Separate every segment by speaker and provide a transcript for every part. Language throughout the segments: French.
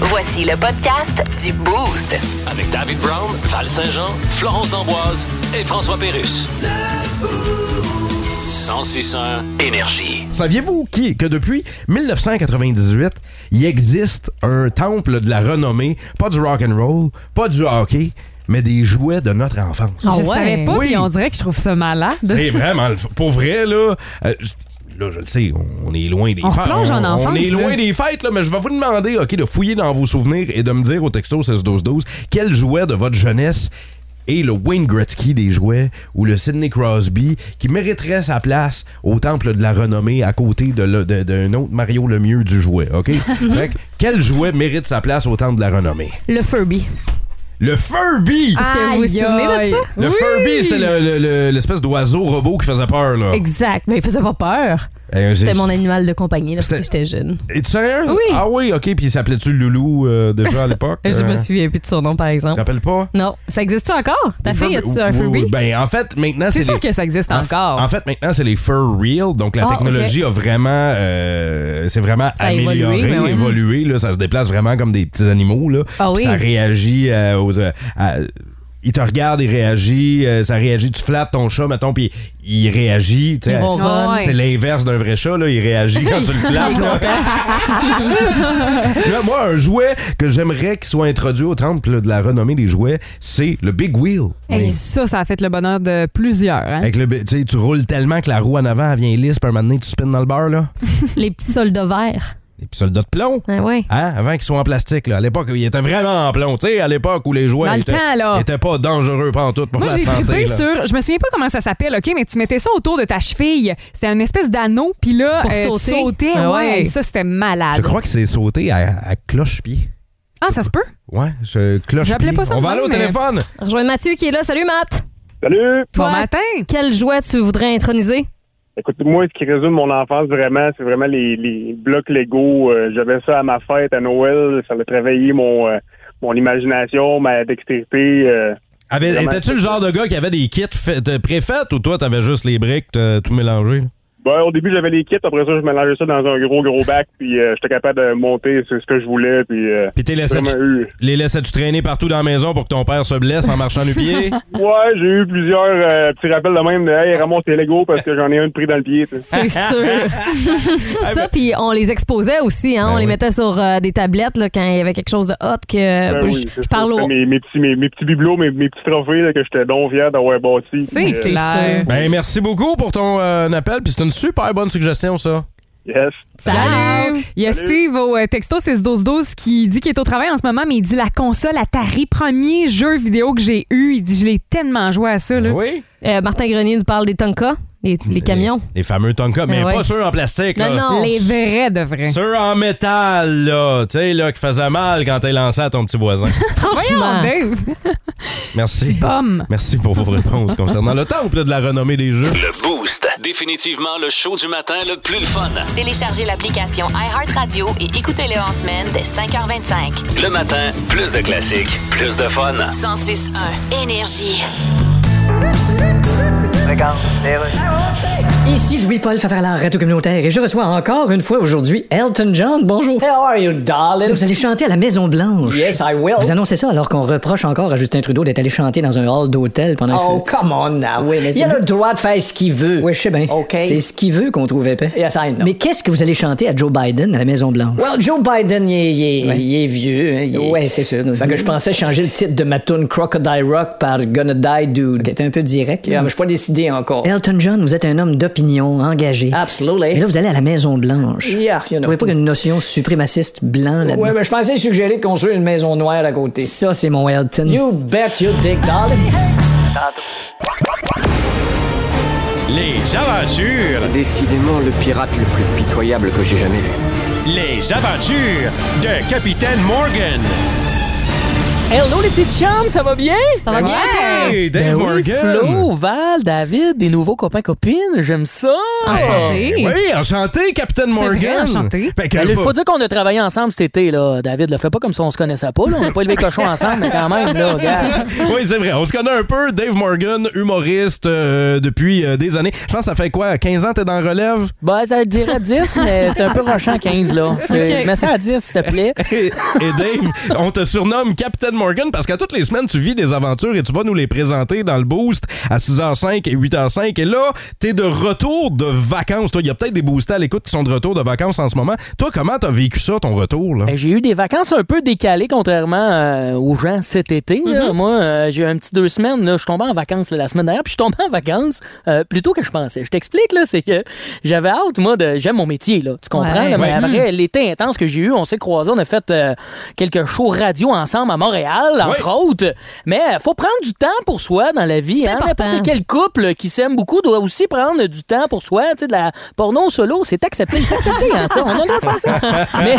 Speaker 1: Voici le podcast du Boost.
Speaker 2: Avec David Brown, Val Saint-Jean, Florence D'Amboise et François Pérus. 1061 Énergie.
Speaker 3: Saviez-vous qui- que depuis 1998, il existe un temple de la renommée, pas du rock and roll, pas du hockey, mais des jouets de notre enfance.
Speaker 4: je
Speaker 5: Ah ouais?
Speaker 4: savais pas,
Speaker 3: Oui.
Speaker 4: puis on dirait que je trouve ça malade.
Speaker 3: C'est vraiment le f- pour vrai là. euh, j- Là, je le sais, on est loin des
Speaker 4: On
Speaker 3: fêtes.
Speaker 4: replonge en
Speaker 3: on,
Speaker 4: enfance,
Speaker 3: est loin
Speaker 4: là.
Speaker 3: des fêtes, là, mais je vais vous demander, OK, de fouiller dans vos souvenirs et de me dire au texto 16-12-12 quel jouet de votre jeunesse est le Wayne Gretzky des jouets ou le Sidney Crosby qui mériterait sa place au temple de la renommée à côté de le- de- d'un autre Mario Lemieux du jouet, OK? fait que, quel jouet mérite sa place au temple de la renommée?
Speaker 5: Le Furby.
Speaker 3: Le Furby!
Speaker 4: Ah,
Speaker 5: Est-ce que vous vous souvenez de ça?
Speaker 3: Le Furby, c'était le- le- le- l'espèce d'oiseau robot qui faisait peur, là.
Speaker 5: Exact. Mais il faisait pas peur.
Speaker 3: Euh, j'ai-
Speaker 5: C'était mon animal de compagnie là, parce
Speaker 3: C'était-
Speaker 5: que j'étais jeune.
Speaker 3: Es-tu sérieux?
Speaker 5: Oui.
Speaker 3: Ah oui, OK. Puis il s'appelait-tu Loulou euh, déjà à l'époque?
Speaker 5: Je
Speaker 3: Euh,
Speaker 5: me souviens plus de son nom, par
Speaker 3: Tu te
Speaker 5: exemple.
Speaker 3: rappelles pas?
Speaker 5: Non. Ça existe encore? Ta
Speaker 3: Les
Speaker 5: fille,
Speaker 3: Furby-
Speaker 5: a-tu un
Speaker 3: oui,
Speaker 5: Furby?
Speaker 3: oui. Ben, en fait, maintenant, c'est.
Speaker 4: C'est sûr
Speaker 3: les-
Speaker 4: que ça existe
Speaker 3: en f-
Speaker 4: encore.
Speaker 3: En fait, maintenant, c'est les fur real. Donc, la
Speaker 5: Ah,
Speaker 3: technologie a vraiment. euh, c'est vraiment
Speaker 5: Ça a
Speaker 3: amélioré,
Speaker 5: évolué,
Speaker 3: évolué.
Speaker 5: ben oui.
Speaker 3: là, ça se déplace vraiment comme des petits animaux. Là.
Speaker 5: Ah oui.
Speaker 3: Ça réagit euh, aux. euh, à- il te regarde, il réagit, euh, ça réagit, tu flattes ton chat, mettons, puis il réagit. tu sais.
Speaker 5: Il ronronne.
Speaker 4: Ah ouais.
Speaker 3: C'est l'inverse d'un vrai chat, là. Il réagit quand tu le flattes. là. Là, moi, un jouet que j'aimerais qu'il soit introduit au temple de la renommée des jouets, c'est le Big Wheel.
Speaker 4: Hey, Ça, ça a fait le bonheur de plusieurs. hein.
Speaker 3: Avec le, bi- tu sais, tu roules tellement que la roue en avant elle vient lisse, puis un moment donné, tu spins dans le beurre, là.
Speaker 5: Les petits soldats verts.
Speaker 3: Les petits soldats de plomb.
Speaker 5: Ah ouais.
Speaker 3: Hein? Avant qu'ils soient en plastique, là. À l'époque, ils étaient vraiment en plomb. Tu sais, à l'époque où les jouets
Speaker 4: Dans le
Speaker 3: étaient,
Speaker 4: temps, là.
Speaker 3: étaient pas dangereux pas en tout pour
Speaker 4: Moi,
Speaker 3: la
Speaker 4: j'ai
Speaker 3: santé.
Speaker 4: trippé
Speaker 3: là.
Speaker 4: sur. Je me souviens pas comment ça s'appelle, OK, mais tu mettais ça autour de ta cheville. C'était une espèce d'anneau, puis là, euh,
Speaker 5: Pour
Speaker 4: tu
Speaker 5: sauter.
Speaker 4: sautais.
Speaker 5: Ah
Speaker 4: ouais.
Speaker 5: ouais.
Speaker 4: Ça, c'était malade.
Speaker 3: Je crois que c'est sauté à, à cloche-pied.
Speaker 4: Ah, ça se peut?
Speaker 3: Ouais, je cloche-pied.
Speaker 4: J'appelais pas ça
Speaker 3: On
Speaker 4: de
Speaker 3: va aller au
Speaker 4: même, mais-
Speaker 3: téléphone.
Speaker 5: Rejoins Mathieu qui est là. Salut, Matt.
Speaker 6: Salut!
Speaker 5: Toi,
Speaker 4: Bon matin.
Speaker 5: quel jouet tu voudrais introniser?
Speaker 6: Écoute, moi, ce qui résume mon enfance vraiment, c'est vraiment les, les blocs Lego. Euh, J'avais ça à ma fête, à Noël. Ça a travaillé mon, euh, mon imagination, ma dextérité. euh.
Speaker 3: Avait-
Speaker 6: Vraiment.
Speaker 3: Étais-tu le genre de gars qui avait des kits fait- euh, préfaites ou toi, t'avais juste les briques t'as tout mélangé? là?
Speaker 6: Ben, au début, j'avais les kits. Après ça, je mélangeais ça dans un gros, gros bac. Puis euh, j'étais capable de monter sur ce que je voulais. Puis, euh,
Speaker 3: Puis t'es laissé-
Speaker 6: j'ai vraiment eu.
Speaker 3: Les laissais-tu traîner partout dans la maison pour que ton père se blesse en marchant du pied?
Speaker 6: Ouais, j'ai eu plusieurs euh, petits rappels de même de Hey, ramasse tes Lego parce que j'en ai un de pris dans le pied. tu sais.
Speaker 5: C'est sûr. ça, puis on les exposait aussi. Hein,
Speaker 3: Ben
Speaker 5: on les
Speaker 3: oui.
Speaker 5: mettait sur euh, des tablettes là, quand il y avait quelque chose de hot que
Speaker 6: Ben
Speaker 5: Euh, je,
Speaker 6: oui,
Speaker 5: je
Speaker 6: c'est ça.
Speaker 5: parle
Speaker 6: C'était
Speaker 5: au...
Speaker 6: Mes, mes petits, mes, mes petits bibelots, mes, mes petits trophées là, que j'étais donc fier d'avoir bâti.
Speaker 4: C'est
Speaker 6: Puis, euh,
Speaker 4: clair.
Speaker 3: ben, merci beaucoup pour ton euh, appel, puis c'est une super bonne suggestion, ça.
Speaker 6: Yes.
Speaker 4: Salut! Il y a
Speaker 6: Salut.
Speaker 4: Steve au euh, texto 61212 qui dit qu'il est au travail en ce moment, mais il dit la console Atari, premier jeu vidéo que j'ai eu. Il dit je l'ai tellement joué à ça. Là.
Speaker 3: Oui.
Speaker 5: Euh, Martin Grenier nous parle des Tonka, les, les camions.
Speaker 3: Les fameux Tonka, mais
Speaker 5: Ah ouais.
Speaker 3: pas ceux en plastique,
Speaker 5: Non,
Speaker 3: là.
Speaker 5: non.
Speaker 4: Les vrais de vrais.
Speaker 3: Ceux en métal, là, tu sais, là, qui faisait mal quand t'es lancé à ton petit voisin.
Speaker 5: Franchement.
Speaker 4: Voyons, Dave!
Speaker 3: Merci.
Speaker 4: Pomme!
Speaker 3: Merci pour vos réponses concernant le temple de la renommée des jeux.
Speaker 2: Le Boost. Définitivement le show du matin le plus le fun.
Speaker 1: Téléchargez l'application iHeartRadio et écoutez-le en semaine dès 5h25.
Speaker 2: Le matin, plus de classiques, plus de fun.
Speaker 1: 106.1 Énergie.
Speaker 7: Ici Louis-Paul Favarlard, Radio Communautaire, et je reçois encore une fois aujourd'hui Elton John. Bonjour.
Speaker 8: How are you, darling?
Speaker 7: Vous allez chanter à la Maison Blanche.
Speaker 8: Yes, I will.
Speaker 7: Vous annoncez ça alors qu'on reproche encore à Justin Trudeau d'être allé chanter dans un hall d'hôtel pendant
Speaker 8: Oh,
Speaker 7: que...
Speaker 8: come on now.
Speaker 7: Oui, mais
Speaker 8: Il a
Speaker 7: c'est-
Speaker 8: le droit de faire ce qu'il veut.
Speaker 7: Oui, je sais bien.
Speaker 8: OK.
Speaker 7: C'est ce qu'il veut qu'on trouve épais.
Speaker 8: Yes, I know.
Speaker 7: Mais qu'est-ce que vous allez chanter à Joe Biden à la Maison Blanche?
Speaker 8: Well, Joe Biden, il est, il est-
Speaker 7: Ouais.
Speaker 8: il est vieux. hein, il est-
Speaker 7: Ouais, c'est sûr.
Speaker 8: Fait que je pensais changer le titre de ma tune Crocodile Rock par Gonna Die Dude.
Speaker 7: Ok, t'es un peu direct. là.
Speaker 8: Yeah, mais je suis pas décidé encore.
Speaker 7: Elton John, vous êtes un homme d'opinion,
Speaker 8: Ah,
Speaker 7: engagé.
Speaker 8: Absolutely.
Speaker 7: Mais là, vous allez à la Maison Blanche.
Speaker 8: Yeah, you
Speaker 7: Vous
Speaker 8: know.
Speaker 7: trouvez pas qu'il y a une notion suprémaciste blanc là-dedans?
Speaker 8: Ouais, mais je pensais suggérer de construire une maison noire à côté.
Speaker 7: Ça, c'est mon Elton.
Speaker 8: You bet you dick, darling.
Speaker 9: Les aventures,
Speaker 10: Décidément le pirate le plus pitoyable que j'ai jamais vu.
Speaker 9: les aventures de Capitaine Morgan.
Speaker 11: Hello les petits chums, ça va bien?
Speaker 5: Ça va bien, toi?
Speaker 3: Hey, Dave
Speaker 11: Ben oui,
Speaker 3: Morgan.
Speaker 11: Flo, Val, David, des nouveaux copains-copines, j'aime ça!
Speaker 3: Enchanté. Ah, Oui, enchanté, Capitaine Morgan. Fait que,
Speaker 11: Ben, Il
Speaker 3: pas-
Speaker 11: faut dire qu'on a travaillé ensemble cet été, là. David le fait pas comme si on se connaissait pas, là. On n'a pas élevé cochon ensemble, mais quand même, là, regarde.
Speaker 3: oui, c'est vrai. On se connaît un peu. Dave Morgan, humoriste euh, depuis euh, des années. Je pense que ça fait quoi? 15 ans, t'es dans relève?
Speaker 11: Ben, ça dirait 10, mais t'es un peu rochant 15, là. Fait-
Speaker 3: Ok.
Speaker 11: Mets ça à 10, s'il te plaît.
Speaker 3: Et, et Dave, on te surnomme Captain Morgan parce qu'à toutes les semaines, tu vis des aventures et tu vas nous les présenter dans le boost à 6h05 et 8h05. Et là, t'es de retour de vacances. Toi, il y a peut-être des boostés à l'écoute qui sont de retour de vacances en ce moment. Toi, comment t'as vécu ça, ton retour? Là?
Speaker 11: Ben, j'ai eu des vacances un peu décalées, contrairement euh, aux gens cet été. là. Moi, euh, j'ai eu un petit deux semaines. là. Je suis tombé en vacances là, la semaine dernière, puis je suis tombé en vacances euh, plus tôt que je pensais. Je t'explique, là, c'est que j'avais hâte, moi, de. J'aime mon métier, là. Tu comprends?
Speaker 12: Ouais.
Speaker 11: là, mais
Speaker 12: Ouais.
Speaker 11: après
Speaker 7: Hmm.
Speaker 11: l'été intense que j'ai eu, on s'est croisés, on a fait euh, quelques shows radio ensemble à Montréal, entre autres. Mais euh, faut prendre du temps pour soi dans la vie. hein. N'importe quel couple qui s'aime beaucoup doit aussi prendre du temps pour soi. Tu sais, de la porno solo, c'est accepté. C'est accepté, hein, ça. On a le droit de faire ça. Mais-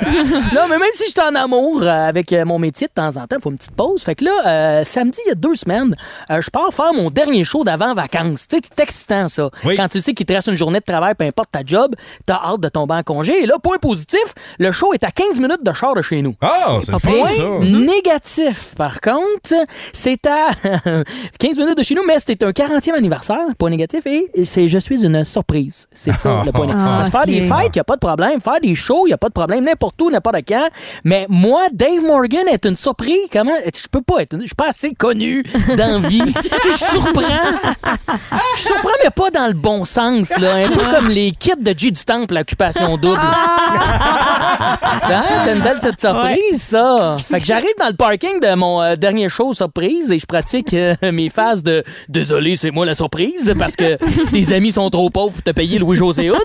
Speaker 11: non, mais même si je suis en amour euh, avec euh, mon métier de temps en temps, il faut une petite pause. Fait que là, euh, samedi, il y a deux semaines, euh, je pars faire mon dernier show d'avant vacances. Tu sais, c'est excitant, ça. Quand tu sais qu'il te reste une journée de travail, peu importe ta job, t'as hâte de tomber en congé. Et là, point positif, le show est à 15 minutes de char de chez nous.
Speaker 3: Ah, c'est le fun,
Speaker 11: Point
Speaker 3: ça.
Speaker 11: Mhm. négatif, par contre, c'est à 15 minutes de chez nous, mais c'était un 40e anniversaire, point négatif, et c'est je suis une surprise. C'est ça, le point négatif.
Speaker 12: Ah,
Speaker 11: Parce que faire des
Speaker 12: ok.
Speaker 11: fêtes, il n'y a pas de problème. Faire des shows, il n'y a pas de problème. N'importe où, n'importe quand. Mais moi, Dave Morgan est une surprise. Comment? Je peux pas être. Je suis pas assez connu dans la vie. Tu sais, je surprends. Je surprends, mais pas dans le bon sens. Là. Un
Speaker 3: Ah.
Speaker 11: peu comme les kits de G du Temple, l'occupation double. Ça, c'est une belle petite surprise,
Speaker 12: Ouais.
Speaker 11: ça. Fait que j'arrive dans le parking de mon euh, dernier show surprise et je pratique euh, mes phases de désolé, c'est moi la surprise parce que tes amis sont trop pauvres pour te payer Louis-José Hood.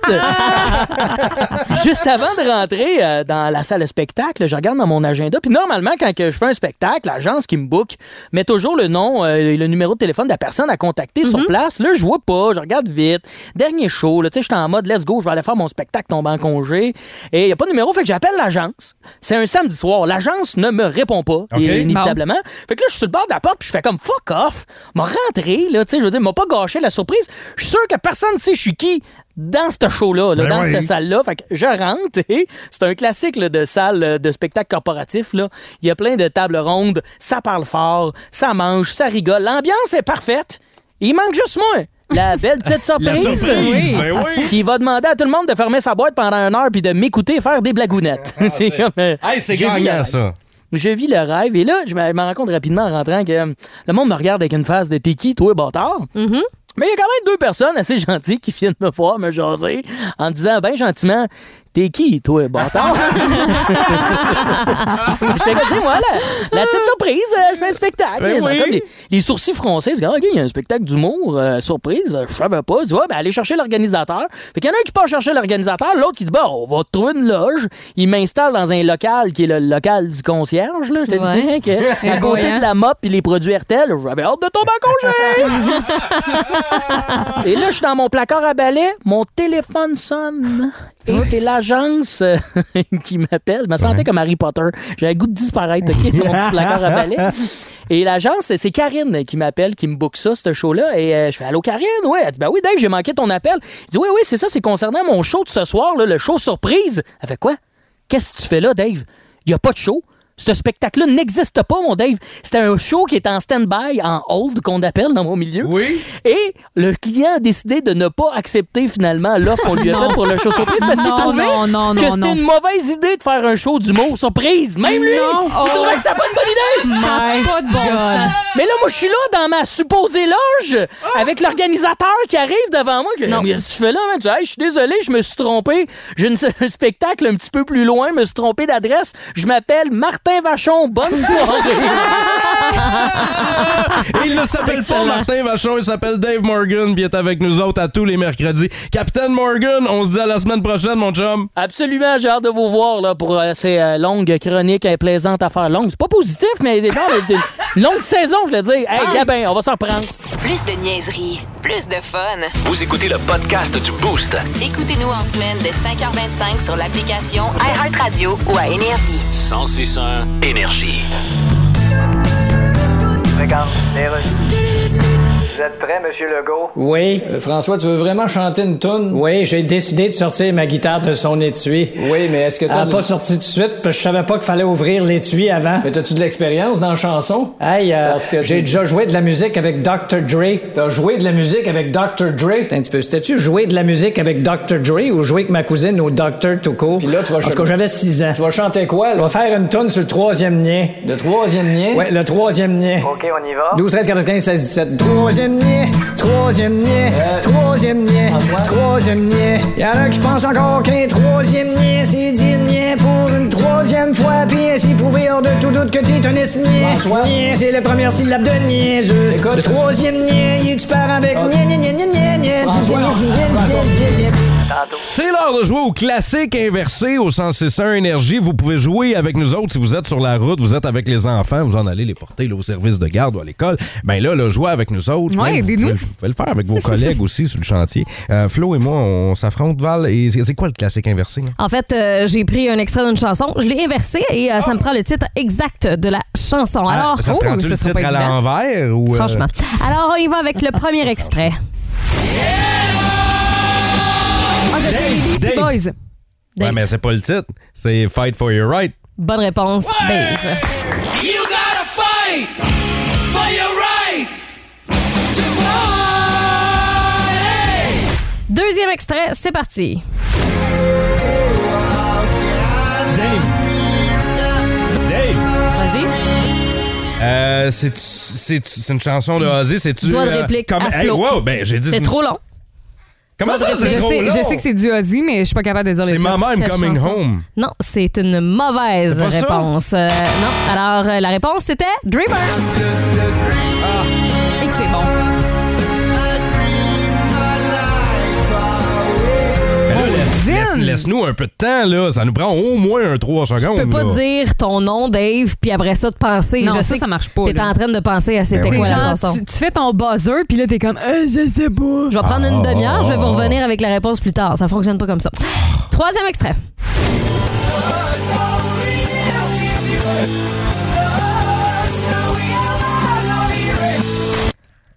Speaker 11: Juste avant de rentrer euh, dans la salle de spectacle, je regarde dans mon agenda. Puis normalement, quand que je fais un spectacle, l'agence qui me book met toujours le nom euh, et le numéro de téléphone de la personne à contacter sur place. Là, je vois pas, je regarde vite. Dernier show, là, tu sais, j'étais en mode let's go, je vais aller faire mon spectacle tomber en congé. Et il n'y a pas de numéro, fait que j'appelle l'agence. C'est un samedi soir. L'agence ne me répond pas, et- inévitablement. Fait que là, je suis sur le bord de la porte, puis je fais comme fuck off. M'a rentré, là, tu sais, je veux dire, m'a pas gâché la surprise. Je suis sûr que personne ne sait je suis qui dans ce show-là, là,
Speaker 12: Ben
Speaker 11: dans
Speaker 12: oui.
Speaker 11: cette salle-là. Fait que je rentre et c'est un classique là, de salle euh, de spectacle corporatif. Là. Il y a plein de tables rondes, ça parle fort, ça mange, ça rigole. L'ambiance est parfaite. Il manque juste moi. La belle petite
Speaker 12: La
Speaker 11: surprise,
Speaker 12: surprise, ben oui.
Speaker 11: qui va demander à tout le monde de fermer sa boîte pendant une heure puis de m'écouter faire des blagounettes.
Speaker 12: Ah,
Speaker 11: c'est comme, euh,
Speaker 3: Hey, c'est
Speaker 11: je vis le
Speaker 3: gagnant,
Speaker 11: rêve.
Speaker 3: ça.
Speaker 11: Je vis le rêve et là, je me je me rends compte rapidement en rentrant que euh, le monde me regarde avec une face de t'es qui, toi, bâtard? Mais il y a quand même deux personnes assez gentilles qui viennent me voir, me jaser, en me disant, ben gentiment, t'es qui, toi, bâtard? je fais que, moi, la, la petite surprise, euh, je fais un spectacle.
Speaker 12: Ben
Speaker 11: Ils ont
Speaker 12: oui.
Speaker 11: comme les, les sourcils froncés. C'est comme, Ah, OK, il y a un spectacle d'humour, euh, surprise, euh, je savais pas. Tu vois, ben, allez chercher l'organisateur. Fait qu'il y en a un qui part chercher l'organisateur, l'autre qui dit, bah, on va te trouver une loge. Il m'installe dans un local qui est le local du concierge, là. Je te
Speaker 12: Ouais.
Speaker 11: dis, hein, que, à
Speaker 12: Très
Speaker 11: côté
Speaker 12: voyant.
Speaker 11: de la mop et les produits RTL, j'avais hâte de tomber en congé. et là, je suis dans mon placard à balai, mon téléphone sonne. Et c'est l'agence euh, qui m'appelle. Je me sentais comme Harry Potter. J'avais le goût de disparaître, OK, dans mon petit placard à balai. Et l'agence, c'est Karine qui m'appelle, qui me book ça, ce show-là. Et euh, je fais Allô, Karine? Ouais. Elle dit Ben oui, Dave, j'ai manqué ton appel. Il dit Oui, oui, c'est ça, c'est concernant mon show de ce soir, là, le show surprise. Elle fait quoi? Qu'est-ce que tu fais là, Dave? Il n'y a pas de show. Ce spectacle-là n'existe pas, mon Dave. C'était un show qui est en stand-by, en hold, qu'on appelle dans mon milieu. Oui. Et le client a décidé de ne pas accepter finalement l'offre qu'on lui a faite pour le show surprise parce qu'il
Speaker 4: Non,
Speaker 11: trouvait
Speaker 4: non, non, non,
Speaker 11: que
Speaker 4: non.
Speaker 11: c'était une mauvaise idée de faire un show d'humour surprise. Même lui,
Speaker 4: Non. Oh.
Speaker 11: il trouvait que c'était pas une bonne idée.
Speaker 4: Ça a My pas de bon God. sens.
Speaker 11: Mais là, moi, je suis là dans ma supposée loge avec l'organisateur qui arrive devant moi. Que,
Speaker 12: Non.
Speaker 11: Mais qu'est-ce que tu fais là, man? Tu dis, Hey, je suis désolé, je me suis trompé. J'ai une- un spectacle un petit peu plus loin, je me suis trompé d'adresse. Je m'appelle Martin Vachon. Bonne soirée.
Speaker 3: Il ne s'appelle pas Martin Vachon, il s'appelle Dave Morgan, puis il est avec nous autres à tous les mercredis. Captain Morgan, on se dit à la semaine prochaine, mon chum.
Speaker 11: Absolument, j'ai hâte de vous voir là, pour euh, ces euh, longues chroniques implaisantes à faire longues. C'est pas positif, mais non, mais une longue saison, je veux dire. Hey, Gabin, on va s'en reprendre.
Speaker 1: Plus de niaiserie, plus de fun.
Speaker 2: Vous écoutez le podcast du Boost.
Speaker 1: Écoutez-nous en semaine de 5h25 sur l'application iHeartRadio ou à Énergie.
Speaker 2: 1061 Énergie.
Speaker 12: Vous êtes prêt, Monsieur Legault?
Speaker 8: Oui. Euh, François, tu veux vraiment chanter une toune?
Speaker 7: Oui, j'ai décidé de sortir ma guitare de son étui.
Speaker 8: Oui, mais est-ce que
Speaker 7: Elle
Speaker 8: t'as...
Speaker 7: n'a Ah, pas sorti tout de suite parce que je savais pas qu'il fallait ouvrir l'étui avant.
Speaker 8: Mais t'as-tu de l'expérience dans la chanson?
Speaker 7: Hey, euh,
Speaker 8: Parce que
Speaker 7: j'ai
Speaker 8: tu-
Speaker 7: déjà joué de la musique avec Dr. Dre. T'as joué de la musique avec Dr. Dre? Attends Un petit peu, c'était-tu jouer de la musique avec Dr. Dre ou jouer avec ma cousine au Dr. tout court?
Speaker 8: Puis là, tu vas
Speaker 7: En tout
Speaker 8: chanter-
Speaker 7: cas, j'avais 6 ans.
Speaker 8: Tu vas chanter quoi,
Speaker 7: Je
Speaker 8: là?
Speaker 7: vais faire une tonne sur le troisième nien.
Speaker 8: Le troisième lien?
Speaker 7: Ouais, le troisième nien.
Speaker 12: OK, on y va.
Speaker 7: 12, 13, 14, 15, 16, 17. Troisième niais, troisième niais,
Speaker 8: Euh,
Speaker 7: troisième niais, troisième niais. Y'en a qui pensent encore qu'un troisième niais, c'est dix niais pour une troisième fois. Puis ainsi prouver hors de tout doute que t'es un esnier.
Speaker 8: François.
Speaker 7: Niais, c'est la première syllabe de niaiseux.
Speaker 8: Écoute. Ah.
Speaker 7: Le troisième niais, il est tu pars avec niais, niais, niais, niais, niais, niais.
Speaker 8: François.
Speaker 3: C'est l'heure de jouer au classique inversé au 161 Énergie. Vous pouvez jouer avec nous autres si vous êtes sur la route, vous êtes avec les enfants, vous en allez les porter là, au service de garde ou à l'école. Ben là, là, jouez avec nous autres.
Speaker 4: Ouais,
Speaker 3: Même, vous,
Speaker 4: aidez-nous.
Speaker 3: pouvez, vous pouvez le faire avec vos collègues aussi sur le chantier. Euh, Flo et moi, on s'affronte, Val. Et c'est c'est quoi le classique inversé? hein? là?
Speaker 5: En fait, euh, j'ai pris un extrait d'une chanson, je l'ai inversé et euh, ça me prend le titre exact de la chanson. Alors,
Speaker 3: Oh. Ah, ça te
Speaker 5: oh,
Speaker 3: prend-tu le
Speaker 5: ce sera
Speaker 3: titre
Speaker 5: pas
Speaker 3: à
Speaker 5: évident.
Speaker 3: l'envers? ou, euh,
Speaker 5: Franchement. Alors, on y va avec le premier extrait.
Speaker 4: Ah, je sais, les Beastie
Speaker 3: Dave.
Speaker 4: Boys.
Speaker 3: Ouais, mais c'est pas le titre. C'est Fight for your right.
Speaker 5: Bonne réponse, Dave. Deuxième extrait, c'est parti. Vas-y.
Speaker 3: Euh, c'est- c'est c'est une chanson de Ozzy, c'est-tu...
Speaker 5: Doigt de
Speaker 3: euh,
Speaker 5: réplique
Speaker 3: comme-
Speaker 5: à
Speaker 3: Hey,
Speaker 5: Flo.
Speaker 3: wow, ben, j'ai dit...
Speaker 5: C'est trop long.
Speaker 3: Comment ça,
Speaker 4: Je
Speaker 3: c'est trop
Speaker 4: sais,
Speaker 3: long?
Speaker 4: je sais que c'est du Ozzy, mais je suis pas capable de dire les
Speaker 3: C'est
Speaker 4: titres.
Speaker 3: ma même
Speaker 4: Quelle
Speaker 3: coming
Speaker 4: chanson?
Speaker 3: home.
Speaker 5: Non, c'est une mauvaise
Speaker 3: C'est pas ça?
Speaker 5: réponse. Euh, non. Alors, euh, la réponse, c'était Dreamer. Et que c'est
Speaker 3: Oh
Speaker 5: bon.
Speaker 3: Mais là, Ben, laisse-
Speaker 4: Zine!
Speaker 3: Laisse-nous un peu de temps, là. Ça nous prend au moins un 3 secondes.
Speaker 5: Tu peux pas
Speaker 3: là.
Speaker 5: dire ton nom, Dave, puis après ça, de penser.
Speaker 4: Non,
Speaker 5: je
Speaker 4: ça,
Speaker 5: sais
Speaker 4: ça marche pas,
Speaker 5: T'es
Speaker 4: là.
Speaker 5: en train de penser à c'était
Speaker 3: Ben
Speaker 4: C'est
Speaker 5: quoi la
Speaker 4: genre,
Speaker 5: chanson.
Speaker 4: Tu, tu fais ton buzzer, puis là, t'es comme, euh, je sais pas.
Speaker 5: Je vais prendre une
Speaker 3: Ah.
Speaker 5: demi-heure, je vais vous revenir avec la réponse plus tard. Ça fonctionne pas comme ça. Troisième extrait.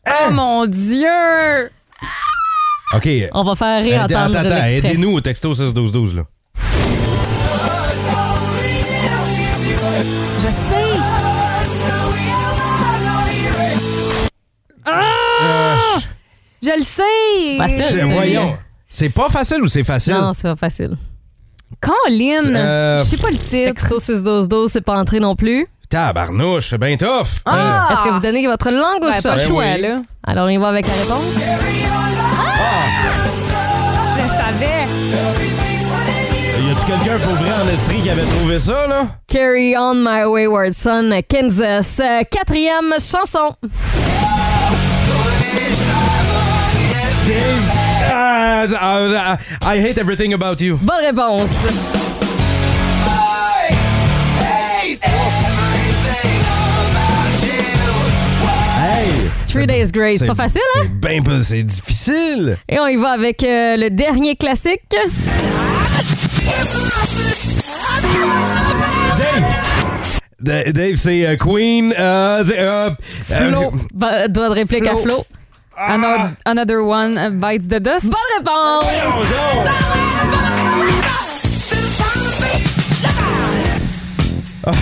Speaker 4: Oh mon Dieu!
Speaker 3: OK. Euh,
Speaker 5: On va faire
Speaker 3: Attends,
Speaker 5: réentendre
Speaker 3: attends, attends.
Speaker 5: l'extrait.
Speaker 3: Aidez-nous au texto 16-12-12, là.
Speaker 5: Je sais.
Speaker 3: Euh,
Speaker 5: Ah!
Speaker 4: Je le sais!
Speaker 5: Facile,
Speaker 3: Je-
Speaker 5: c'est
Speaker 3: voyons. C'est pas facile ou c'est facile?
Speaker 5: Non, c'est pas facile.
Speaker 4: Colin!
Speaker 3: Euh,
Speaker 4: Je sais pas le titre.
Speaker 5: Texto 61212, c'est pas entré non plus.
Speaker 3: Tabarnouche, c'est bien tough.
Speaker 4: Ah!
Speaker 5: Est-ce que vous donnez votre langue au
Speaker 4: Ouais,
Speaker 5: chat?
Speaker 4: pas le
Speaker 3: Ben
Speaker 4: choix,
Speaker 3: oui.
Speaker 4: là.
Speaker 5: Alors, on y va avec la réponse.
Speaker 4: Je savais.
Speaker 3: Euh, Y a-tu quelqu'un pour vrai en esprit qui avait trouvé ça, là?
Speaker 5: Carry on my wayward son, Kansas. Euh, Quatrième chanson.
Speaker 3: Ah, ah, ah, I hate everything about you.
Speaker 5: Bonne réponse.
Speaker 3: Hey!
Speaker 5: Three Days Grace. Pas facile, hein?
Speaker 3: C'est ben pas- c'est difficile.
Speaker 5: Et on y va avec euh, le dernier classique.
Speaker 3: Da- Dave, c'est euh, Queen. Euh, c'est, euh, euh,
Speaker 5: Flo. Ba- Doigt de réplique
Speaker 4: Flo.
Speaker 5: à Flo.
Speaker 4: Another, another one uh, bites the dust.
Speaker 5: Bonne réponse.
Speaker 3: Ah,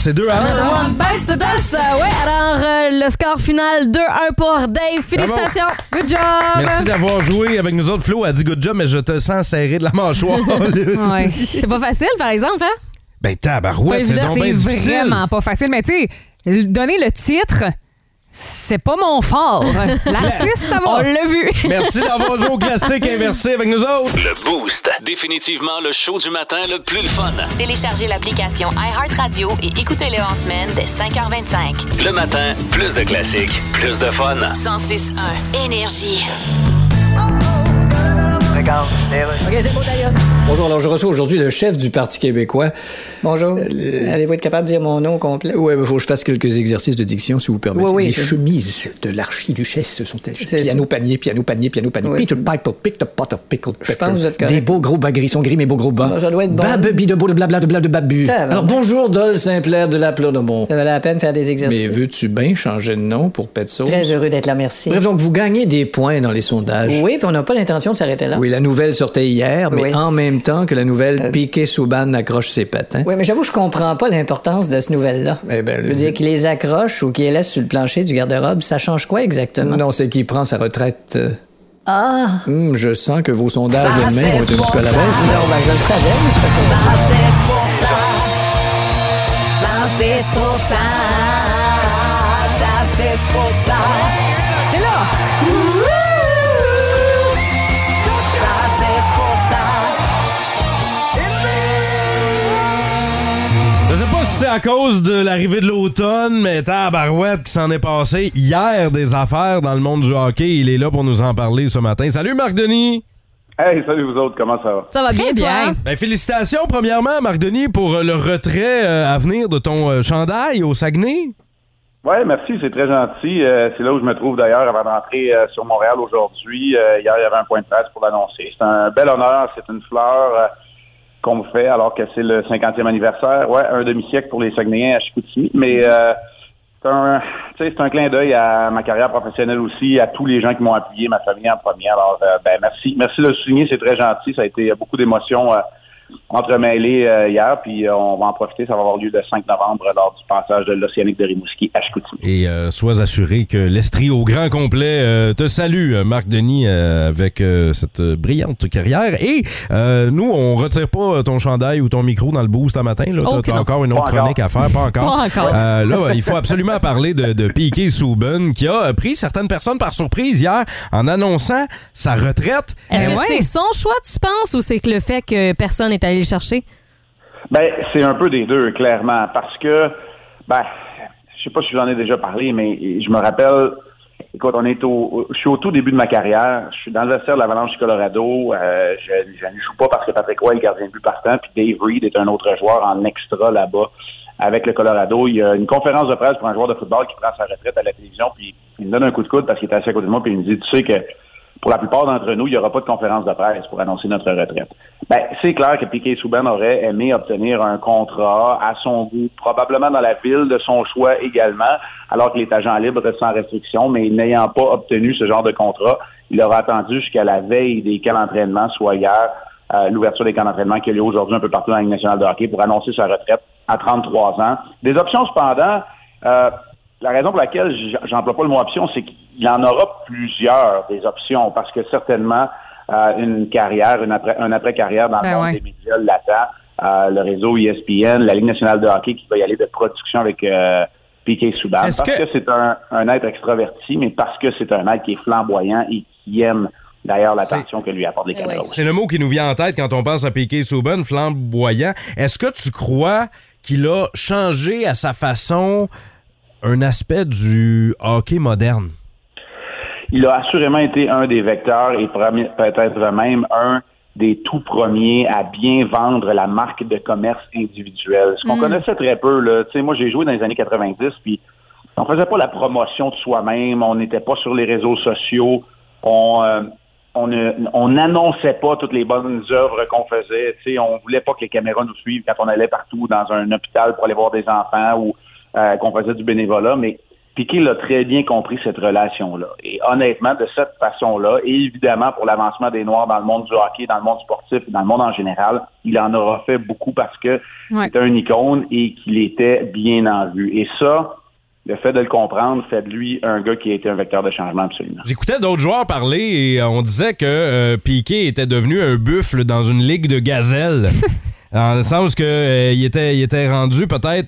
Speaker 3: c'est deux à un.
Speaker 5: Another one bites the dust. Euh, Ouais, alors euh, le score final 2-1 pour Dave. Félicitations.
Speaker 4: Good job!
Speaker 3: Merci d'avoir joué avec nous autres. Flo a dit good job, mais je te sens serré de la mâchoire. là.
Speaker 4: Ouais.
Speaker 5: C'est pas facile, par exemple, hein?
Speaker 3: ben
Speaker 4: Pas
Speaker 3: tabarouette, c'est
Speaker 4: évident.
Speaker 3: donc bien
Speaker 4: C'est
Speaker 3: difficile.
Speaker 4: vraiment pas facile. Mais tu sais, l- donner le titre, c'est pas mon fort. L'artiste, ça
Speaker 5: On
Speaker 4: va.
Speaker 5: l'a vu.
Speaker 3: Merci d'avoir joué au classique inversé avec nous autres.
Speaker 2: Le Boost. Définitivement le show du matin le plus le fun.
Speaker 1: Téléchargez l'application iHeartRadio et écoutez-le en semaine dès 5h25.
Speaker 2: Le matin, plus de classiques, plus de fun.
Speaker 1: 106.1 Énergie.
Speaker 12: Regarde, les rues.
Speaker 8: Bonjour, alors je reçois aujourd'hui le chef du Parti québécois, Bonjour.
Speaker 7: Euh,
Speaker 8: Allez-vous être capable de dire mon nom au complet?
Speaker 13: Ouais, il faut que je fasse quelques exercices de diction, si vous permettez.
Speaker 8: Oui, oui,
Speaker 13: Les
Speaker 8: je-
Speaker 13: chemises de l'archiduchesse sont-elles
Speaker 8: C'est
Speaker 13: Piano panier, piano panier, piano panier.
Speaker 8: Oui.
Speaker 13: Peter Piper picked a pot of pickled peppers.
Speaker 8: pense que vous êtes correct. Bah,
Speaker 13: Des beaux gros bas gris sont gris, mais beaux gros bas.
Speaker 8: Ça doit être bon.
Speaker 13: Babubi de beau, de blabla, de blabla, de babu.
Speaker 8: Tabarnak.
Speaker 13: Alors bonjour, Dol Saint-Plaire de la Pleur de Bon.
Speaker 8: Ça valait la peine de faire des exercices.
Speaker 13: Mais veux-tu bien changer de nom pour Pet Sauce?
Speaker 8: Très heureux d'être là, merci.
Speaker 13: Bref, donc vous gagnez des points dans les sondages.
Speaker 8: Oui, puis on n'a pas l'intention de s'arrêter là.
Speaker 13: Oui, la nouvelle sortait hier, mais
Speaker 8: Oui. Euh.
Speaker 13: en même temps que la nouvelle Piquet Souban accroche ses patins.
Speaker 8: Oui, mais j'avoue, je comprends pas l'importance de ce nouvelle-là.
Speaker 13: Eh ben,
Speaker 8: Je veux dire, qu'il les accroche ou qu'il les laisse sur le plancher du garde-robe, ça change quoi exactement?
Speaker 13: Non, c'est qu'il prend sa retraite. euh,
Speaker 8: Ah!
Speaker 13: hum, je sens que vos sondages
Speaker 8: Ça,
Speaker 13: demain vont être
Speaker 8: c'est
Speaker 13: un petit peu à la
Speaker 8: bon,
Speaker 13: baisse.
Speaker 8: ça. Non, ben, je le savais, mais je savais pas.
Speaker 14: 106 106 T'es là! 106
Speaker 3: Je sais pas si c'est à cause de l'arrivée de l'automne, mais tabarouette qui s'en est passé hier des affaires dans le monde du hockey. Il est là pour nous en parler ce matin. Salut Marc Denis!
Speaker 15: Hey, salut vous autres, comment ça va?
Speaker 5: Ça va bien,
Speaker 4: hein?
Speaker 5: bien.
Speaker 3: Ben, félicitations premièrement Marc Denis pour euh, le retrait euh, à venir de ton euh, chandail au Saguenay.
Speaker 15: Ouais, merci, c'est très gentil. Euh, c'est là où je me trouve d'ailleurs avant d'entrer euh, sur Montréal aujourd'hui. Euh, hier, il y avait un point de presse pour l'annoncer. C'est un bel honneur, c'est une fleur euh, qu'on me fait alors que c'est le 50e anniversaire. Ouais, un demi-siècle pour les Saguenayens à Chicoutimi, mais euh, c'est un, tu sais, c'est un clin d'œil à ma carrière professionnelle aussi, à tous les gens qui m'ont appuyé, ma famille en premier. Alors, euh, ben merci, merci de le souligner, c'est très gentil. Ça a été euh, beaucoup d'émotions. euh, entremêlé euh, hier, puis euh, on va en profiter. Ça va avoir lieu le 5 novembre lors du passage de l'Océanique de Rimouski à Chicoutimi.
Speaker 3: Et euh, sois assuré que l'Estrie au grand complet euh, te salue, euh, Marc Denis, euh, avec euh, cette euh, brillante carrière. Et euh, nous, on retire pas euh, ton chandail ou ton micro dans le boost ce matin. Là, T'as-
Speaker 16: Oh que
Speaker 3: t'as
Speaker 16: non.
Speaker 3: encore une
Speaker 16: Pas
Speaker 3: autre chronique
Speaker 16: encore.
Speaker 3: à faire, pas encore.
Speaker 16: Pas encore.
Speaker 3: Euh, là, il faut absolument parler de, de Piqué Souben qui a euh, pris certaines personnes par surprise hier en annonçant sa retraite.
Speaker 5: Est-ce
Speaker 3: Eh
Speaker 5: que c'est
Speaker 3: ouais.
Speaker 5: son choix, tu penses, ou c'est que le fait que personne est allé le chercher?
Speaker 15: Ben, c'est un peu des deux, clairement, parce que, ben, je sais pas si j'en ai déjà parlé, mais je me rappelle, écoute, on est au, je suis au tout début de ma carrière, je suis dans le vestiaire de l'Avalanche du Colorado, euh, je, je ne joue pas parce que Patrick Roy est le gardien de but partant, puis Dave Reed est un autre joueur en extra là-bas avec le Colorado. Il y a une conférence de presse pour un joueur de football qui prend sa retraite à la télévision, puis il me donne un coup de coude parce qu'il est assis à côté de moi, puis il me dit, tu sais que pour la plupart d'entre nous, il n'y aura pas de conférence de presse pour annoncer notre retraite. Ben, c'est clair que Piquet Souban aurait aimé obtenir un contrat à son goût, probablement dans la ville de son choix également, alors qu'il est agent libre sans restriction, mais n'ayant pas obtenu ce genre de contrat, il aura attendu jusqu'à la veille des camps d'entraînement, soit hier, euh, l'ouverture des camps d'entraînement qui a lieu aujourd'hui un peu partout dans la Ligue nationale de hockey pour annoncer sa retraite à 33 ans. Des options cependant, euh, la raison pour laquelle j- j'emploie pas le mot option, c'est qu'il y en aura plusieurs des options parce que certainement euh, une carrière, une après, un après-carrière dans
Speaker 17: Ben
Speaker 15: le monde
Speaker 17: ouais.
Speaker 15: des médias l'attend. Euh, le réseau ESPN, la Ligue nationale de hockey qui va y aller de production avec euh, Piquet Souban.
Speaker 3: Est-ce
Speaker 15: Parce que,
Speaker 3: que-
Speaker 15: c'est un, un être extraverti, mais parce que c'est un être qui est flamboyant et qui aime d'ailleurs l'attention que lui apportent les caméras.
Speaker 3: C'est le mot qui nous vient en tête quand on pense à Piqué Souban, flamboyant. Est-ce que tu crois qu'il a changé à sa façon un aspect du hockey moderne?
Speaker 15: Il a assurément été un des vecteurs et premi- peut-être même un des tout premiers à bien vendre la marque de commerce individuel. Euh, Ce qu'on
Speaker 18: Mm.
Speaker 15: connaissait très peu, là. Tu sais, moi, j'ai joué dans les années 90, puis on faisait pas la promotion de soi-même, on n'était pas sur les réseaux sociaux, on, euh, on ne- on n'annonçait pas toutes les bonnes œuvres qu'on faisait. Tu sais, on voulait pas que les caméras nous suivent quand on allait partout dans un hôpital pour aller voir des enfants ou euh, qu'on faisait du bénévolat, mais Piquet l'a très bien compris cette relation-là. Et honnêtement, de cette façon-là, et évidemment pour l'avancement des Noirs dans le monde du hockey, dans le monde sportif, dans le monde en général, il en aura fait beaucoup parce que
Speaker 19: Ouais.
Speaker 15: c'était une icône et qu'il était bien en vue. Et ça, le fait de le comprendre fait de lui un gars qui a été un vecteur de changement absolument.
Speaker 3: J'écoutais d'autres joueurs parler et euh, on disait que euh, Piqué était devenu un buffle dans une ligue de gazelles. dans le sens que euh, il, était, il était rendu peut-être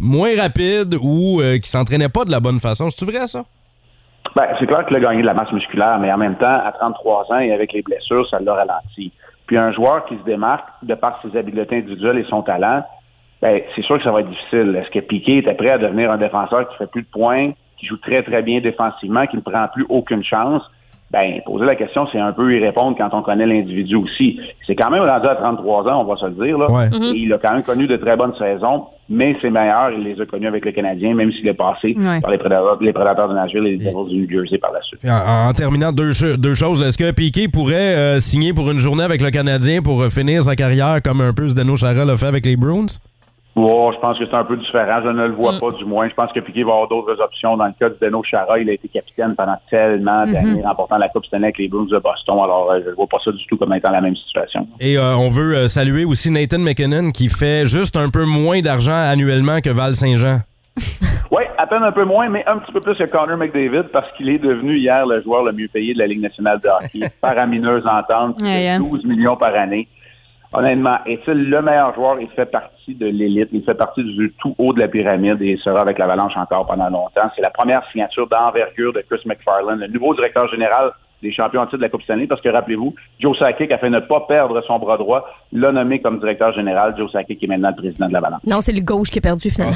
Speaker 3: moins rapide ou euh, qu'il s'entraînait pas de la bonne façon. C'est-tu vrai, ça?
Speaker 15: Ben, c'est clair qu'il a gagné de la masse musculaire, mais en même temps, à 33 ans et avec les blessures, ça l'a ralenti. Puis un joueur qui se démarque de par ses habiletés individuelles et son talent, ben, c'est sûr que ça va être difficile. Est-ce que Piqué était prêt à devenir un défenseur qui fait plus de points, qui joue très, très bien défensivement, qui ne prend plus aucune chance? Ben, poser la question, c'est un peu y répondre quand on connaît l'individu aussi. C'est quand même rendu à 33 ans, on va se le dire. Là.
Speaker 3: Ouais.
Speaker 15: Et il a quand même connu de très bonnes saisons, mais ses meilleurs, il les a connus avec le Canadien, même s'il est passé
Speaker 3: Ouais.
Speaker 15: par les prédateurs, les prédateurs de Nashville et les Devils du New Jersey par la suite.
Speaker 3: En, en terminant, deux, cho- deux choses. Est-ce que Piqué pourrait euh, signer pour une journée avec le Canadien pour euh, finir sa carrière comme un peu Zdeno Chara l'a fait avec les Bruins?
Speaker 15: Oh, je pense que c'est un peu différent. Je ne le vois pas, du moins. Je pense que Piquet va avoir d'autres options. Dans le cas de Deno Chara, il a été capitaine pendant tellement
Speaker 3: Mhm.
Speaker 15: d'années, remportant la Coupe Stanley avec les Bruins de Boston. Alors, euh, je ne vois pas ça du tout comme étant la même situation.
Speaker 3: Et euh, on veut euh, saluer aussi Nathan McKinnon qui fait juste un peu moins d'argent annuellement que Val Saint-Jean.
Speaker 15: Oui, à peine un peu moins, mais un petit peu plus que Connor McDavid parce qu'il est devenu hier le joueur le mieux payé de la Ligue nationale de hockey. Faramineuse entente,
Speaker 16: Yeah, yeah.
Speaker 15: 12 millions par année. Honnêtement, est-il le meilleur joueur? Il fait partie de l'élite, il fait partie du tout haut de la pyramide et il sera avec l'Avalanche encore pendant longtemps. C'est la première signature d'envergure de Chris McFarland, le nouveau directeur général des champions en titre de la Coupe Stanley, parce que rappelez-vous, Joe Sakic a fait ne pas perdre son bras droit, l'a nommé comme directeur général. Joe Sakic est maintenant le président de l'Avalanche.
Speaker 5: Non, c'est le gauche qui est perdu finalement.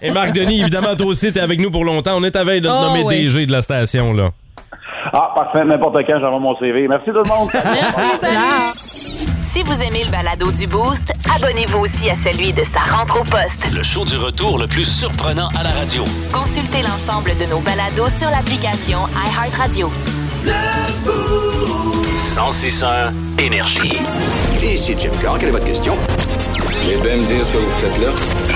Speaker 3: Et Marc Denis, évidemment, toi aussi, t'es avec nous pour longtemps. On est à veille de te
Speaker 5: Oh,
Speaker 3: nommer
Speaker 5: ouais.
Speaker 3: DG de la station, là.
Speaker 15: Ah, parfait, n'importe quand, j'envoie mon CV. Merci tout le monde.
Speaker 1: Si vous aimez le balado du Boost, abonnez-vous aussi à celui de sa rentre au poste.
Speaker 2: Le show du retour le plus surprenant à la radio.
Speaker 1: Consultez l'ensemble de nos balados sur l'application iHeartRadio.
Speaker 2: 106 énergie.
Speaker 10: Ici Jim Carr, quelle est votre question?
Speaker 2: Les bien me dire ce que vous faites là.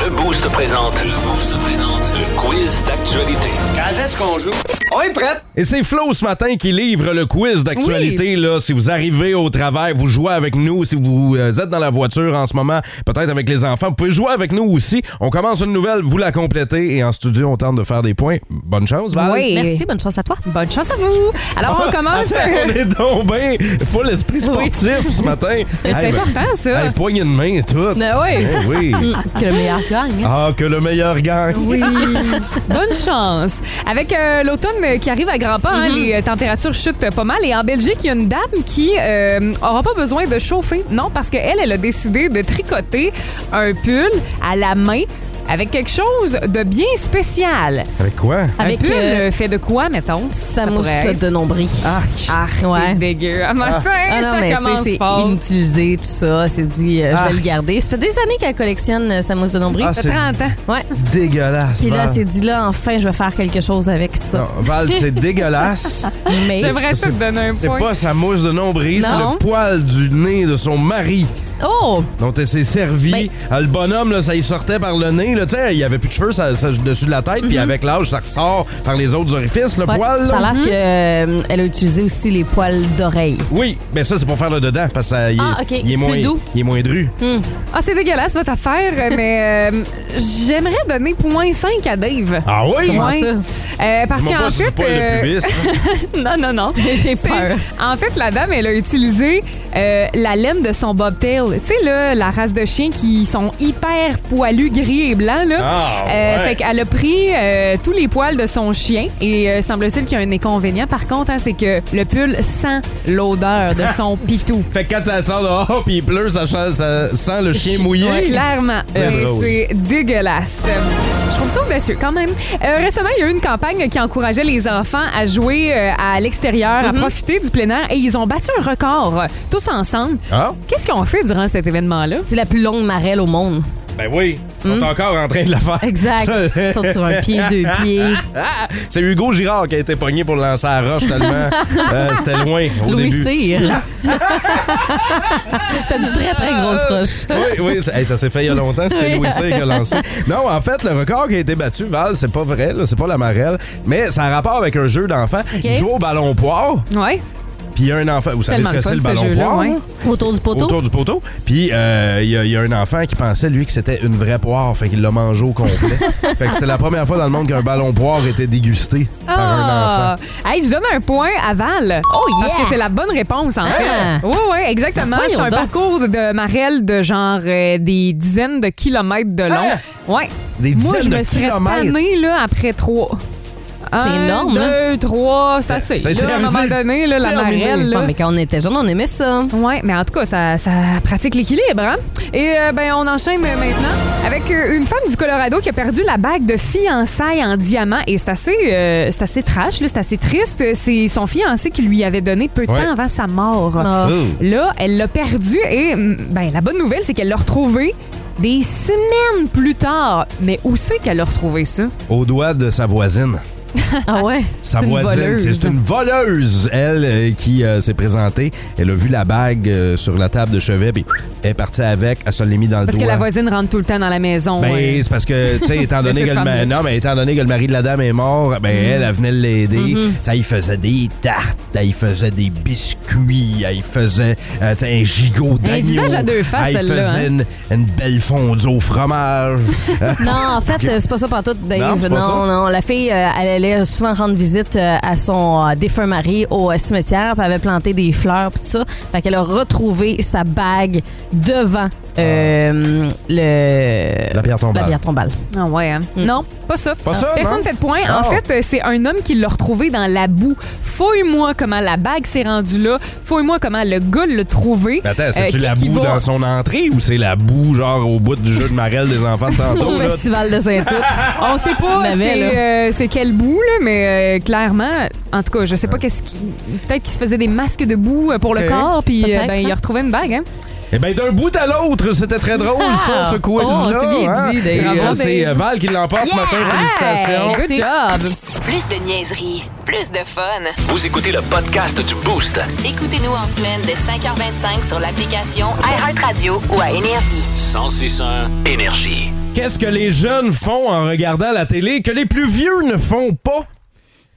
Speaker 2: Le Boost présente. Le Boost présente. Le quiz d'actualité.
Speaker 10: Quand est-ce qu'on joue? On est prêt!
Speaker 3: Et c'est Flo ce matin qui livre le quiz d'actualité. Là, si vous arrivez au travail, vous jouez avec nous. Si vous euh, êtes dans la voiture en ce moment, peut-être avec les enfants, vous pouvez jouer avec nous aussi. On commence une nouvelle, vous la complétez et en studio, on tente de faire des points. Bonne chance, Val.
Speaker 5: Oui. Merci, bonne chance à toi. Bonne chance à vous. Alors, on
Speaker 3: Ah,
Speaker 5: commence.
Speaker 3: attends, on est donc bien full esprit sportif ce matin.
Speaker 5: Mais c'est
Speaker 3: ben,
Speaker 5: important, ça.
Speaker 3: hey, poignée de main et tout.
Speaker 5: Ben oui. Mm,
Speaker 3: Eh oui.
Speaker 5: que le meilleur gagne. hein.
Speaker 3: Ah, que le meilleur gagne.
Speaker 4: Oui.
Speaker 5: ah.
Speaker 4: Bonne chance. Avec euh, l'automne euh, qui arrive à grands pas,
Speaker 5: Mm-hmm.
Speaker 4: hein, les euh, températures chutent euh, pas mal. Et en Belgique, il y a une dame qui euh, aura pas besoin de chauffer. Non, parce qu'elle, elle a décidé de tricoter un pull à la main avec quelque chose de bien spécial.
Speaker 3: Avec quoi? Ah,
Speaker 4: un pull euh, fait de quoi, mettons? Ça
Speaker 5: mousse de
Speaker 4: nombril. Ah, ouais. dégueu. À ma fin,
Speaker 5: Ah non,
Speaker 4: ça
Speaker 5: mais tu sais,
Speaker 4: commence
Speaker 5: c'est
Speaker 4: fort.
Speaker 5: inutilisé, tout ça. C'est dit, euh,
Speaker 4: Ah.
Speaker 5: je vais le garder. Ça fait des années qu'elle collectionne euh, sa mousse de nombril.
Speaker 3: Ah,
Speaker 5: ça
Speaker 3: c'est
Speaker 5: fait 30 ans. Ouais.
Speaker 3: Dégueulasse.
Speaker 5: Puis là,
Speaker 3: Val.
Speaker 5: c'est dit, là, enfin, je vais faire quelque chose avec ça.
Speaker 3: Non, Val, c'est dégueulasse.
Speaker 5: Mais.
Speaker 3: C'est- C'est pas sa mousse de nombril, c'est
Speaker 5: Non.
Speaker 3: le poil du nez de son mari.
Speaker 5: Oh!
Speaker 3: dont elle s'est servie.
Speaker 4: Ben-
Speaker 3: Ah, le bonhomme, là, ça y sortait par le nez. Là, Tu sais, il n'y avait plus de cheveux ça- ça- dessus de la tête.
Speaker 4: Mhm.
Speaker 3: Puis avec l'âge, ça ressort par les autres orifices, le
Speaker 5: Ouais,
Speaker 3: poil.
Speaker 5: Ça
Speaker 3: là.
Speaker 5: a l'air qu'elle a utilisé aussi les poils d'oreille.
Speaker 3: Oui, mais ça, c'est pour faire le dedans. Parce que ça, il est,
Speaker 5: Ah, ok,
Speaker 3: il est
Speaker 5: c'est plus
Speaker 3: moins,
Speaker 5: doux. Mhm.
Speaker 3: Il est moins dru.
Speaker 4: Ah, c'est dégueulasse votre affaire, mais euh, j'aimerais donner point 5 à Dave.
Speaker 3: Ah oui? Comment
Speaker 4: Ouais.
Speaker 3: ça?
Speaker 4: Euh, parce
Speaker 3: Dis-moi
Speaker 4: qu'en
Speaker 3: pas si
Speaker 4: fait. euh,
Speaker 3: c'est pas le pubis, hein.
Speaker 4: non, non, non.
Speaker 5: J'ai
Speaker 4: C'est-
Speaker 5: peur.
Speaker 4: En fait, la dame, elle a utilisé euh, la laine de son bobtail. Tu sais, là, la race de chiens qui sont hyper poilus, gris et blancs, là.
Speaker 14: Ah, ouais.
Speaker 4: Fait qu'elle a pris euh, tous les poils de son chien et euh, semble-t-il qu'il y a un inconvénient, par contre, hein, c'est que le pull sent l'odeur de son pitou.
Speaker 3: Fait que quand ça sort dehors, puis il pleut, ça, ch- ça sent le chien mouillé.
Speaker 4: Ouais, clairement.
Speaker 3: Ben,
Speaker 4: Et
Speaker 3: drôle.
Speaker 4: C'est dégueulasse. Euh, Je trouve ça audacieux quand même. Euh, récemment, il y a eu une campagne qui encourageait les enfants à jouer euh, à l'extérieur,
Speaker 3: Mhm.
Speaker 4: à profiter du plein air et ils ont battu un record euh, tous ensemble.
Speaker 3: Ah?
Speaker 4: Qu'est-ce qu'on fait durant cet événement-là?
Speaker 5: C'est la plus longue marelle au monde.
Speaker 3: Ben oui, ils sont encore en train de la faire.
Speaker 5: Mhm. Exact. Ils sont sur un pied, deux pieds.
Speaker 3: Ah, C'est Hugo Girard qui a été pogné pour lancer la roche tellement euh, c'était loin au
Speaker 5: Louis
Speaker 3: début.
Speaker 5: Cyr. T'as une très, très grosse roche.
Speaker 3: Oui, oui, ça, hey, ça s'est fait il y a longtemps, c'est Louis Cyr qui a lancé. Non, en fait, le record qui a été battu, Val, c'est pas vrai, là, c'est pas la marelle, mais ça a rapport avec un jeu d'enfant.
Speaker 5: Ok.
Speaker 3: Il joue au ballon poire,
Speaker 4: Ouais.
Speaker 3: puis il y a un enfant, vous savez ce que c'est le ballon poire? là?
Speaker 5: Autour du poteau.
Speaker 3: Autour du poteau. Puis euh, il y, a- il y a un enfant qui pensait, lui, que c'était une vraie poire. Fait qu'il l'a mangé au complet. fait que c'était la première fois dans le monde qu'un ballon poire était dégusté par un enfant.
Speaker 4: Ah! Hey, je donne un point à Val.
Speaker 5: Oh, yeah!
Speaker 4: Parce que c'est la bonne réponse, en
Speaker 5: Ah!
Speaker 4: fait. Oui, oui, exactement.
Speaker 5: Voyons
Speaker 4: C'est un
Speaker 5: donc.
Speaker 4: parcours de marelle de genre euh, des dizaines de kilomètres de long. Ouais.
Speaker 3: Hein? Des
Speaker 4: Moi,
Speaker 3: dizaines
Speaker 4: je
Speaker 3: de
Speaker 4: me serais
Speaker 3: kilomètres?
Speaker 4: tannée, là, après trois.
Speaker 5: C'est
Speaker 4: Un,
Speaker 5: énorme, hein?
Speaker 4: Deux, trois, c'est assez.
Speaker 5: ça a été
Speaker 4: Là, à un
Speaker 5: réalisé.
Speaker 4: moment donné, là, la
Speaker 5: Terminé.
Speaker 4: marelle.
Speaker 5: Ah, mais
Speaker 4: quand on était jeune, on aimait ça. Oui, mais en tout cas, ça, ça pratique l'équilibre. Hein? Et euh, ben, on enchaîne euh, maintenant avec euh, une femme du Colorado qui a perdu la bague de fiançailles en diamant. Et c'est assez, euh, c'est assez trash, là, c'est assez triste. C'est son fiancé qui lui avait donné peu de
Speaker 5: Ouais.
Speaker 4: temps avant sa mort.
Speaker 5: Ah. Oh.
Speaker 4: Là, elle l'a perdu et mm, ben, la bonne nouvelle, c'est qu'elle l'a retrouvé des semaines plus tard. Mais où c'est qu'elle a retrouvé ça?
Speaker 3: Au doigt de sa voisine.
Speaker 5: Ah ouais?
Speaker 3: Sa voisine, c'est c'est une voleuse, elle, euh, qui euh, s'est présentée. Elle a vu la bague euh, sur la table de chevet, puis elle est partie avec, elle se l'est mis dans le
Speaker 4: Parce que
Speaker 3: doigt.
Speaker 4: la voisine rentre tout le temps dans la maison.
Speaker 3: Ben,
Speaker 4: ouais.
Speaker 3: c'est parce que, tu sais, étant donné
Speaker 4: Mais
Speaker 3: que
Speaker 4: c'est
Speaker 3: le ma-
Speaker 4: fameux.
Speaker 3: non, mais étant donné que le mari de la dame est mort, ben, elle, elle venait l'aider.
Speaker 4: Mhm.
Speaker 3: Ça, il faisait des tartes, elle, il faisait des biscuits, elle, il faisait euh, t'sais, un gigot
Speaker 5: Un
Speaker 3: d'agneau.
Speaker 5: visage à deux faces,
Speaker 3: elle, il
Speaker 5: celle-là,
Speaker 3: faisait
Speaker 5: hein.
Speaker 3: une, une belle fondue au fromage.
Speaker 5: Non, en fait, euh, c'est pas ça partout,
Speaker 3: Non,
Speaker 5: Dave.
Speaker 3: c'est
Speaker 5: Non,
Speaker 3: pas
Speaker 5: non,
Speaker 3: ça?
Speaker 5: La fille, euh, elle allait souvent rendre visite euh, à son euh, défunt mari au euh, cimetière, puis elle avait planté des fleurs, puis tout ça. Fait qu'elle a retrouvé sa bague devant euh, le...
Speaker 3: Ah. La pierre tombale.
Speaker 5: La pierre tombale.
Speaker 4: Ah ouais, hein? Non, pas ça.
Speaker 5: Pas ça,
Speaker 4: Personne
Speaker 5: non?
Speaker 4: fait de point. En
Speaker 5: Oh.
Speaker 4: fait, euh, c'est un homme qui l'a retrouvé dans la boue. Fouille-moi comment la bague s'est rendue là. Fouille-moi comment le gars l'a trouvé.
Speaker 3: Ben, attends, c'est-tu
Speaker 4: Euh, qui-
Speaker 3: la
Speaker 4: qui
Speaker 3: boue
Speaker 4: va-
Speaker 3: dans son entrée ou c'est la boue, genre, au bout du jeu de marelle des enfants de
Speaker 5: Au
Speaker 3: tantôt? là?
Speaker 5: festival de Saint-Tite.
Speaker 4: On sait
Speaker 5: On
Speaker 4: pas
Speaker 5: avait,
Speaker 4: c'est,
Speaker 5: là.
Speaker 4: euh, c'est quel bout, là, mais euh, clairement, en tout cas, je sais pas qu'est-ce qui. Peut-être qu'il se faisait des masques de boue euh, pour le
Speaker 3: Ok.
Speaker 4: corps, puis euh,
Speaker 3: Peut-être,
Speaker 4: ben, il a
Speaker 3: hein.
Speaker 4: retrouvé une bague. Hein?
Speaker 3: Eh bien, d'un bout à l'autre, c'était très drôle, ça,
Speaker 4: Ah!
Speaker 3: ce quiz-là.
Speaker 4: Oh, c'est bien
Speaker 3: hein?
Speaker 4: dit, Dave.
Speaker 3: Et, euh,
Speaker 4: Bravo, Dave.
Speaker 3: C'est euh, Val qui l'emporte ce matin. Félicitations.
Speaker 1: Merci. Plus de niaiserie, plus de fun.
Speaker 2: Vous écoutez le podcast du Boost.
Speaker 1: Écoutez-nous en semaine de 5h25 sur l'application iHeartRadio ou à Énergie.
Speaker 2: 1061 Énergie.
Speaker 3: Qu'est-ce que les jeunes font en regardant la télé que les plus vieux ne font pas?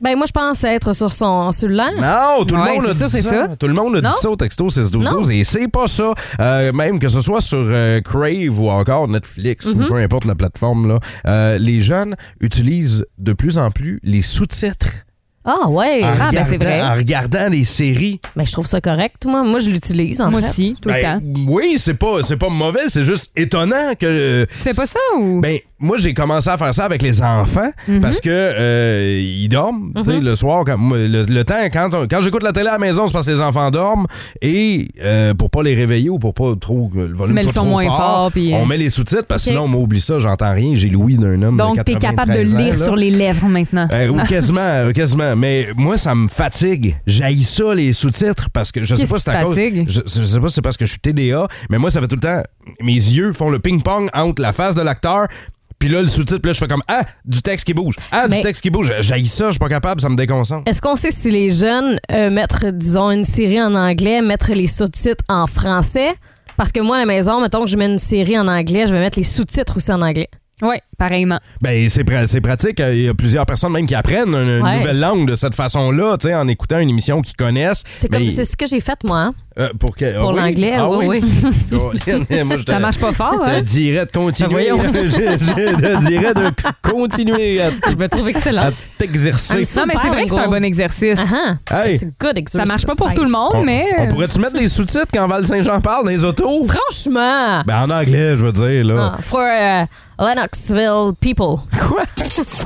Speaker 5: Ben, moi, je pense être sur son cellulaire.
Speaker 3: Non, tout le monde a
Speaker 5: c'est
Speaker 3: dit ça.
Speaker 5: c'est
Speaker 3: Tout le monde a
Speaker 5: Non?
Speaker 3: dit ça au texto 16 12
Speaker 5: Non.
Speaker 3: 12 et c'est pas ça. Euh, même que ce soit sur euh, Crave ou encore Netflix
Speaker 5: Mhm.
Speaker 3: ou peu importe la plateforme, là, euh, les jeunes utilisent de plus en plus les sous-titres
Speaker 5: Ah ouais.
Speaker 3: en,
Speaker 5: ah, ben, c'est
Speaker 3: regardant-
Speaker 5: vrai.
Speaker 3: en regardant les séries.
Speaker 5: Ben, je trouve ça correct, moi. Moi, je l'utilise, en
Speaker 4: Moi
Speaker 5: fait.
Speaker 4: aussi,
Speaker 3: Ben, Oui, c'est pas, c'est pas mauvais, c'est juste étonnant que. tu
Speaker 4: fais pas ça ou?
Speaker 3: Ben, moi, j'ai commencé à faire ça avec les enfants
Speaker 4: Mhm.
Speaker 3: parce que euh, ils dorment. tu sais,
Speaker 4: Mhm.
Speaker 3: Le soir, quand, moi, le, le temps, quand, on- quand j'écoute la télé à la maison, c'est parce que les enfants dorment et euh, pour pas les réveiller ou pour pas trop. que Le volume
Speaker 4: mets le
Speaker 3: soit
Speaker 4: son
Speaker 3: trop
Speaker 4: moins fort, puis, euh,
Speaker 3: On met les sous-titres parce que
Speaker 4: ok.
Speaker 3: sinon, on m'oublie ça, j'entends rien. J'ai l'ouïe d'un homme.
Speaker 4: Donc,
Speaker 3: de
Speaker 4: t'es capable de
Speaker 3: 93 ans,
Speaker 4: lire
Speaker 3: là.
Speaker 4: sur les lèvres maintenant.
Speaker 3: Euh, ou
Speaker 4: Non.
Speaker 3: quasiment, euh, quasiment. Mais moi, ça me fatigue. J'haïs ça, les sous-titres, parce que je sais
Speaker 4: Qu'est-ce
Speaker 3: pas si
Speaker 4: qui
Speaker 3: c'est à
Speaker 4: te
Speaker 3: cause.
Speaker 4: fatigue?
Speaker 3: Je, je sais pas si c'est parce que je suis TDA, mais moi, ça fait tout le temps. Mes yeux font le ping-pong entre la face de l'acteur. Puis là, le sous-titre, puis là, je fais comme Ah, du texte qui bouge. Ah,
Speaker 5: Mais-
Speaker 3: du texte qui bouge. J'haïs ça, je suis pas capable, ça me déconcentre.
Speaker 5: Est-ce qu'on sait si les jeunes euh, mettent, disons, une série en anglais, mettre les sous-titres en français? Parce que moi, à la maison, mettons que je mets une série en anglais, je vais mettre les sous-titres aussi en anglais.
Speaker 4: Oui, pareillement.
Speaker 3: Ben, c'est pra- c'est pratique. Euh, Il y a plusieurs personnes même qui apprennent une, une
Speaker 5: Ouais.
Speaker 3: nouvelle langue de cette façon-là, tu sais, en écoutant une émission qu'ils connaissent.
Speaker 5: C'est comme
Speaker 3: Mais-
Speaker 5: c'est ce que j'ai fait, moi. hein.
Speaker 3: Euh, pour que- ah
Speaker 5: Pour
Speaker 3: oui?
Speaker 5: l'anglais,
Speaker 3: Ah
Speaker 5: oui, oui.
Speaker 3: Colin, moi, je te-
Speaker 5: Ça marche pas fort,
Speaker 3: Je
Speaker 5: hein?
Speaker 3: te dirais de continuer.
Speaker 5: Ben voyons.
Speaker 3: je, je te dirais de c- continuer à,
Speaker 5: je me trouve excellente.
Speaker 3: à t'exercer.
Speaker 4: Non, mais c'est vrai que c'est un bon
Speaker 5: Ah,
Speaker 4: exercice.
Speaker 5: Uh-huh.
Speaker 3: Hey. It's a
Speaker 4: Ça marche pas pour tout le monde,
Speaker 3: On-
Speaker 4: mais.
Speaker 5: euh,
Speaker 3: On, pourrait-tu mettre des sous-titres quand Val Saint-Jean parle dans les autos?
Speaker 5: Franchement!
Speaker 3: Ben, en anglais, je veux dire, là.
Speaker 5: Ah, for euh, Lennoxville people.
Speaker 3: Quoi?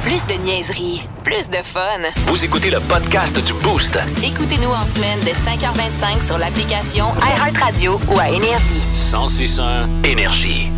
Speaker 1: Plus de niaiserie, plus de fun.
Speaker 2: Vous écoutez le podcast du Boost.
Speaker 1: Écoutez-nous en semaine de 5h25 sur l'application iHeartRadio ou à Énergie.
Speaker 2: 1061 Énergie.